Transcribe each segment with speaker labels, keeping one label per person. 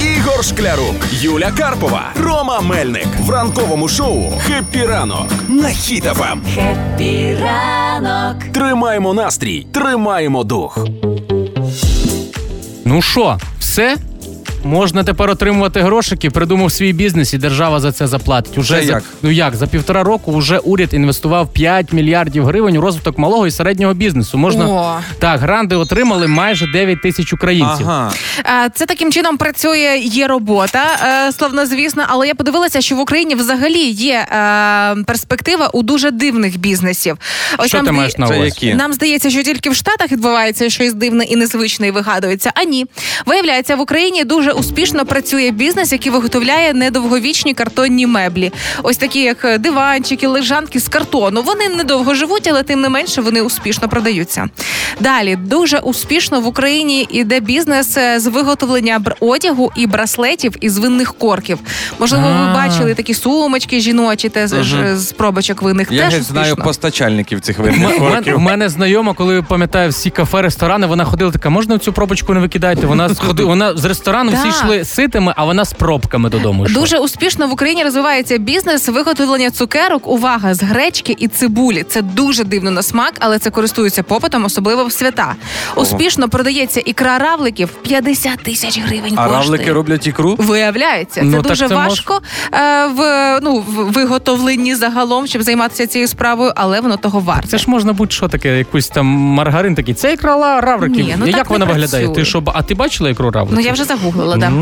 Speaker 1: Ігор Шклярук, Юля Карпова, Рома Мельник в ранковому шоу «Хеппі ранок» на хітафам.
Speaker 2: Хеппі ранок.
Speaker 1: Тримаємо настрій, тримаємо дух.
Speaker 3: Ну що, все? Можна тепер отримувати грошики, придумав свій бізнес, і держава за це заплатить. Уже
Speaker 4: Це
Speaker 3: за
Speaker 4: як?
Speaker 3: ну як за півтора року вже уряд інвестував 5 мільярдів гривень у розвиток малого і середнього бізнесу. Можна
Speaker 5: О.
Speaker 3: так, гранди отримали майже 9 тисяч українців.
Speaker 4: Ага.
Speaker 5: Е, Це таким чином працює є робота, е, славнозвісна, але я подивилася, що в Україні взагалі є е, перспектива у дуже дивних бізнесів.
Speaker 3: Що ти
Speaker 5: зда-
Speaker 3: маєш на
Speaker 4: Це
Speaker 3: увазі?
Speaker 4: які?
Speaker 5: Нам здається, що тільки в Штатах відбувається щось дивне і незвичне і вигадується. А ні, виявляється, в Україні дуже успішно працює бізнес, який виготовляє недовговічні картонні меблі. Ось такі, як е, диванчики, лежанки з картону. Вони недовго живуть, але тим не менше вони успішно продаються. Далі дуже успішно в Україні іде бізнес е, з виготовлення бр- одягу і браслетів із винних корків. Можливо, ви
Speaker 3: А.
Speaker 5: бачили такі сумочки жіночі, те з- ж- з пробочок винних
Speaker 4: Я
Speaker 5: теж
Speaker 4: геть
Speaker 5: успішно.
Speaker 4: знаю постачальників цих
Speaker 3: У
Speaker 4: винних
Speaker 3: мен- У
Speaker 4: років.
Speaker 3: мене знайома, коли пам'ятаю всі кафе, ресторани, вона ходила така, можна цю пробочку не викидайте? Вона сходи, вона з ресторану всі
Speaker 5: Так.
Speaker 3: йшли ситими, а вона з пробками додому. Йшла.
Speaker 5: Дуже успішно в Україні розвивається бізнес виготовлення цукерок. Увага з гречки і цибулі. Це дуже дивно на смак, але це користується попитом, особливо в свята. Успішно продається ікра равликів 50 тисяч гривень.
Speaker 4: А
Speaker 5: коштує.
Speaker 4: равлики роблять ікру?
Speaker 5: Виявляється, це
Speaker 3: Ну, так
Speaker 5: дуже
Speaker 3: це мож-
Speaker 5: важко е, в ну в виготовленні загалом, щоб займатися цією справою, але воно того варте.
Speaker 3: Це ж можна будь-що таке, якусь там маргарин такий. Це ікра равриків.
Speaker 5: Ні, ну
Speaker 3: Як
Speaker 5: так не
Speaker 3: вона виглядає?
Speaker 5: працює.
Speaker 3: Ти що, б- а ти бачила ікру равриків?
Speaker 5: Ну я вже загуглила, да.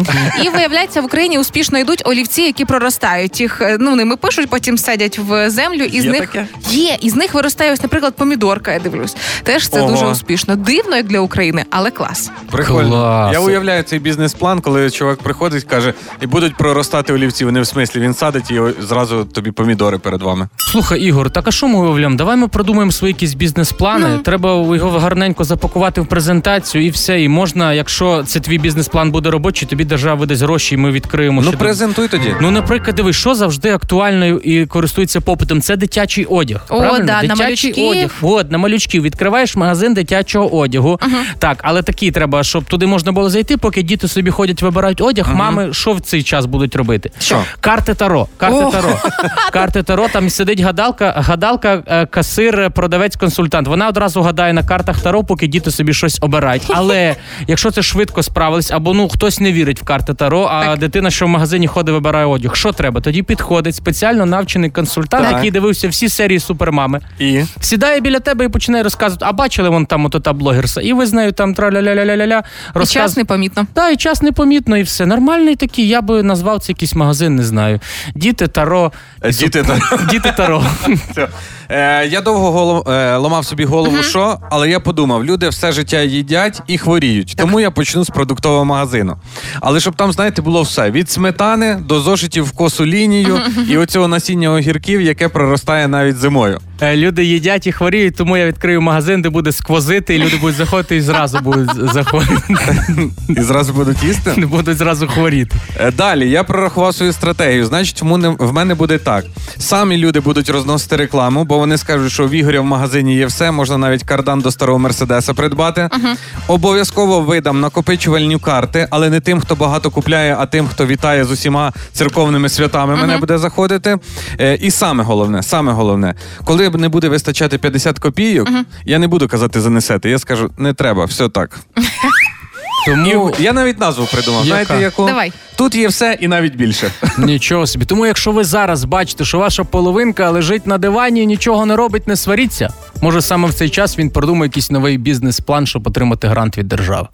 Speaker 5: І виявляється, в Україні успішно йдуть олівці, які проростають. Їх е, ну ними пишуть, потім садять в землю, і з
Speaker 4: Є
Speaker 5: них
Speaker 4: таке?
Speaker 5: є. І з них виростає ось, наприклад, помідорка. Я дивлюсь. Теж це
Speaker 4: Ого.
Speaker 5: дуже успішно. Дивно, як для України, але клас.
Speaker 4: Прикольно.
Speaker 3: Клас.
Speaker 4: Я уявляю цей бізнес-план, коли чувак приходить, каже, і будуть проростати олівці. Вони в смислі він садить і зразу тобі помідори перед вами.
Speaker 3: Слухай, Ігор, так а що ми уявляємо? Давай ми продумаємо свої якісь бізнес-плани.
Speaker 5: Ну.
Speaker 3: Треба його гарненько запакувати в презентацію і все. І можна, якщо це твій бізнес-план буде робочий, тобі держава видасть гроші, і ми відкриємо.
Speaker 4: Ну
Speaker 3: ще до-
Speaker 4: презентуй тоді.
Speaker 3: Ну, наприклад, диви, що завжди актуально і користується попитом? Це дитячий одяг.
Speaker 5: О,
Speaker 3: правильно?
Speaker 5: да, на
Speaker 3: дитячий
Speaker 5: малючків.
Speaker 3: одяг. От, на малючків відкриваєш магазин дитячого одягу. Так, але такі треба, щоб туди можна було зайти, поки діти собі ходять, вибирають одяг. Мами, що в цей час будуть робити?
Speaker 4: Що?
Speaker 3: Карти Таро. Карти
Speaker 5: О.
Speaker 3: Таро. Карти Таро. Там сидить гадалка, гадалка, е, касир, продавець, консультант. Вона одразу гадає на картах Таро, поки діти собі щось обирають. Але якщо це швидко справились, або ну хтось не вірить в карти Таро, а дитина, що в магазині ходить, вибирає одяг. Що треба? Тоді підходить спеціально навчений консультант,
Speaker 4: Так.
Speaker 3: який дивився всі серії супермами.
Speaker 4: І
Speaker 3: Сідає біля тебе і починає розказувати, а бачили вон там ото та блогерса, і ви з нею там траля-ля-ля-ля-ля-ля.
Speaker 5: І час
Speaker 3: розказ-
Speaker 5: непомітно.
Speaker 3: та і час непомітно, і все. Нормальний такий. Я би назвав це якийсь магазин, не знаю. Діти Таро. і суп-
Speaker 4: діти там.
Speaker 3: Діти Таро.
Speaker 4: Все. Е, я довго голов, е, ламав собі голову, що, але я подумав, люди все життя їдять і хворіють. Тому я почну з продуктового магазину. Але щоб там, знаєте, було все: від сметани до зошитів в косу лінію і оцього насіння огірків, яке проростає навіть зимою.
Speaker 3: Е, Люди їдять і хворіють, тому я відкрию магазин, де буде сквозити, і люди будуть заходити і зразу будуть з- заходити.
Speaker 4: І зразу будуть їсти.
Speaker 3: Не будуть зразу хворіти.
Speaker 4: Е, Далі я прорахував свою стратегію. Значить, в мене, в мене буде так: самі люди будуть розносити рекламу, бо вони скажуть, що в Ігоря в магазині є все, можна навіть кардан до старого мерседеса придбати. Обов'язково видам накопичувальні карти, але не тим, хто багато купляє, а тим, хто вітає з усіма церковними святами. Мене буде заходити. Е, І саме головне, саме головне, коли б не буде вистачати 50 копійок, я не буду казати занесете. Я скажу, не треба, все так.
Speaker 3: Тому
Speaker 4: Я навіть назву придумав.
Speaker 3: Яка?
Speaker 4: Знаєте, яку?
Speaker 5: Давай.
Speaker 4: Тут є все і навіть більше.
Speaker 3: нічого собі. Тому, якщо ви зараз бачите, що ваша половинка лежить на дивані і нічого не робить, не сваріться. Може, саме в цей час він продумає якийсь новий бізнес-план, щоб отримати грант від держави.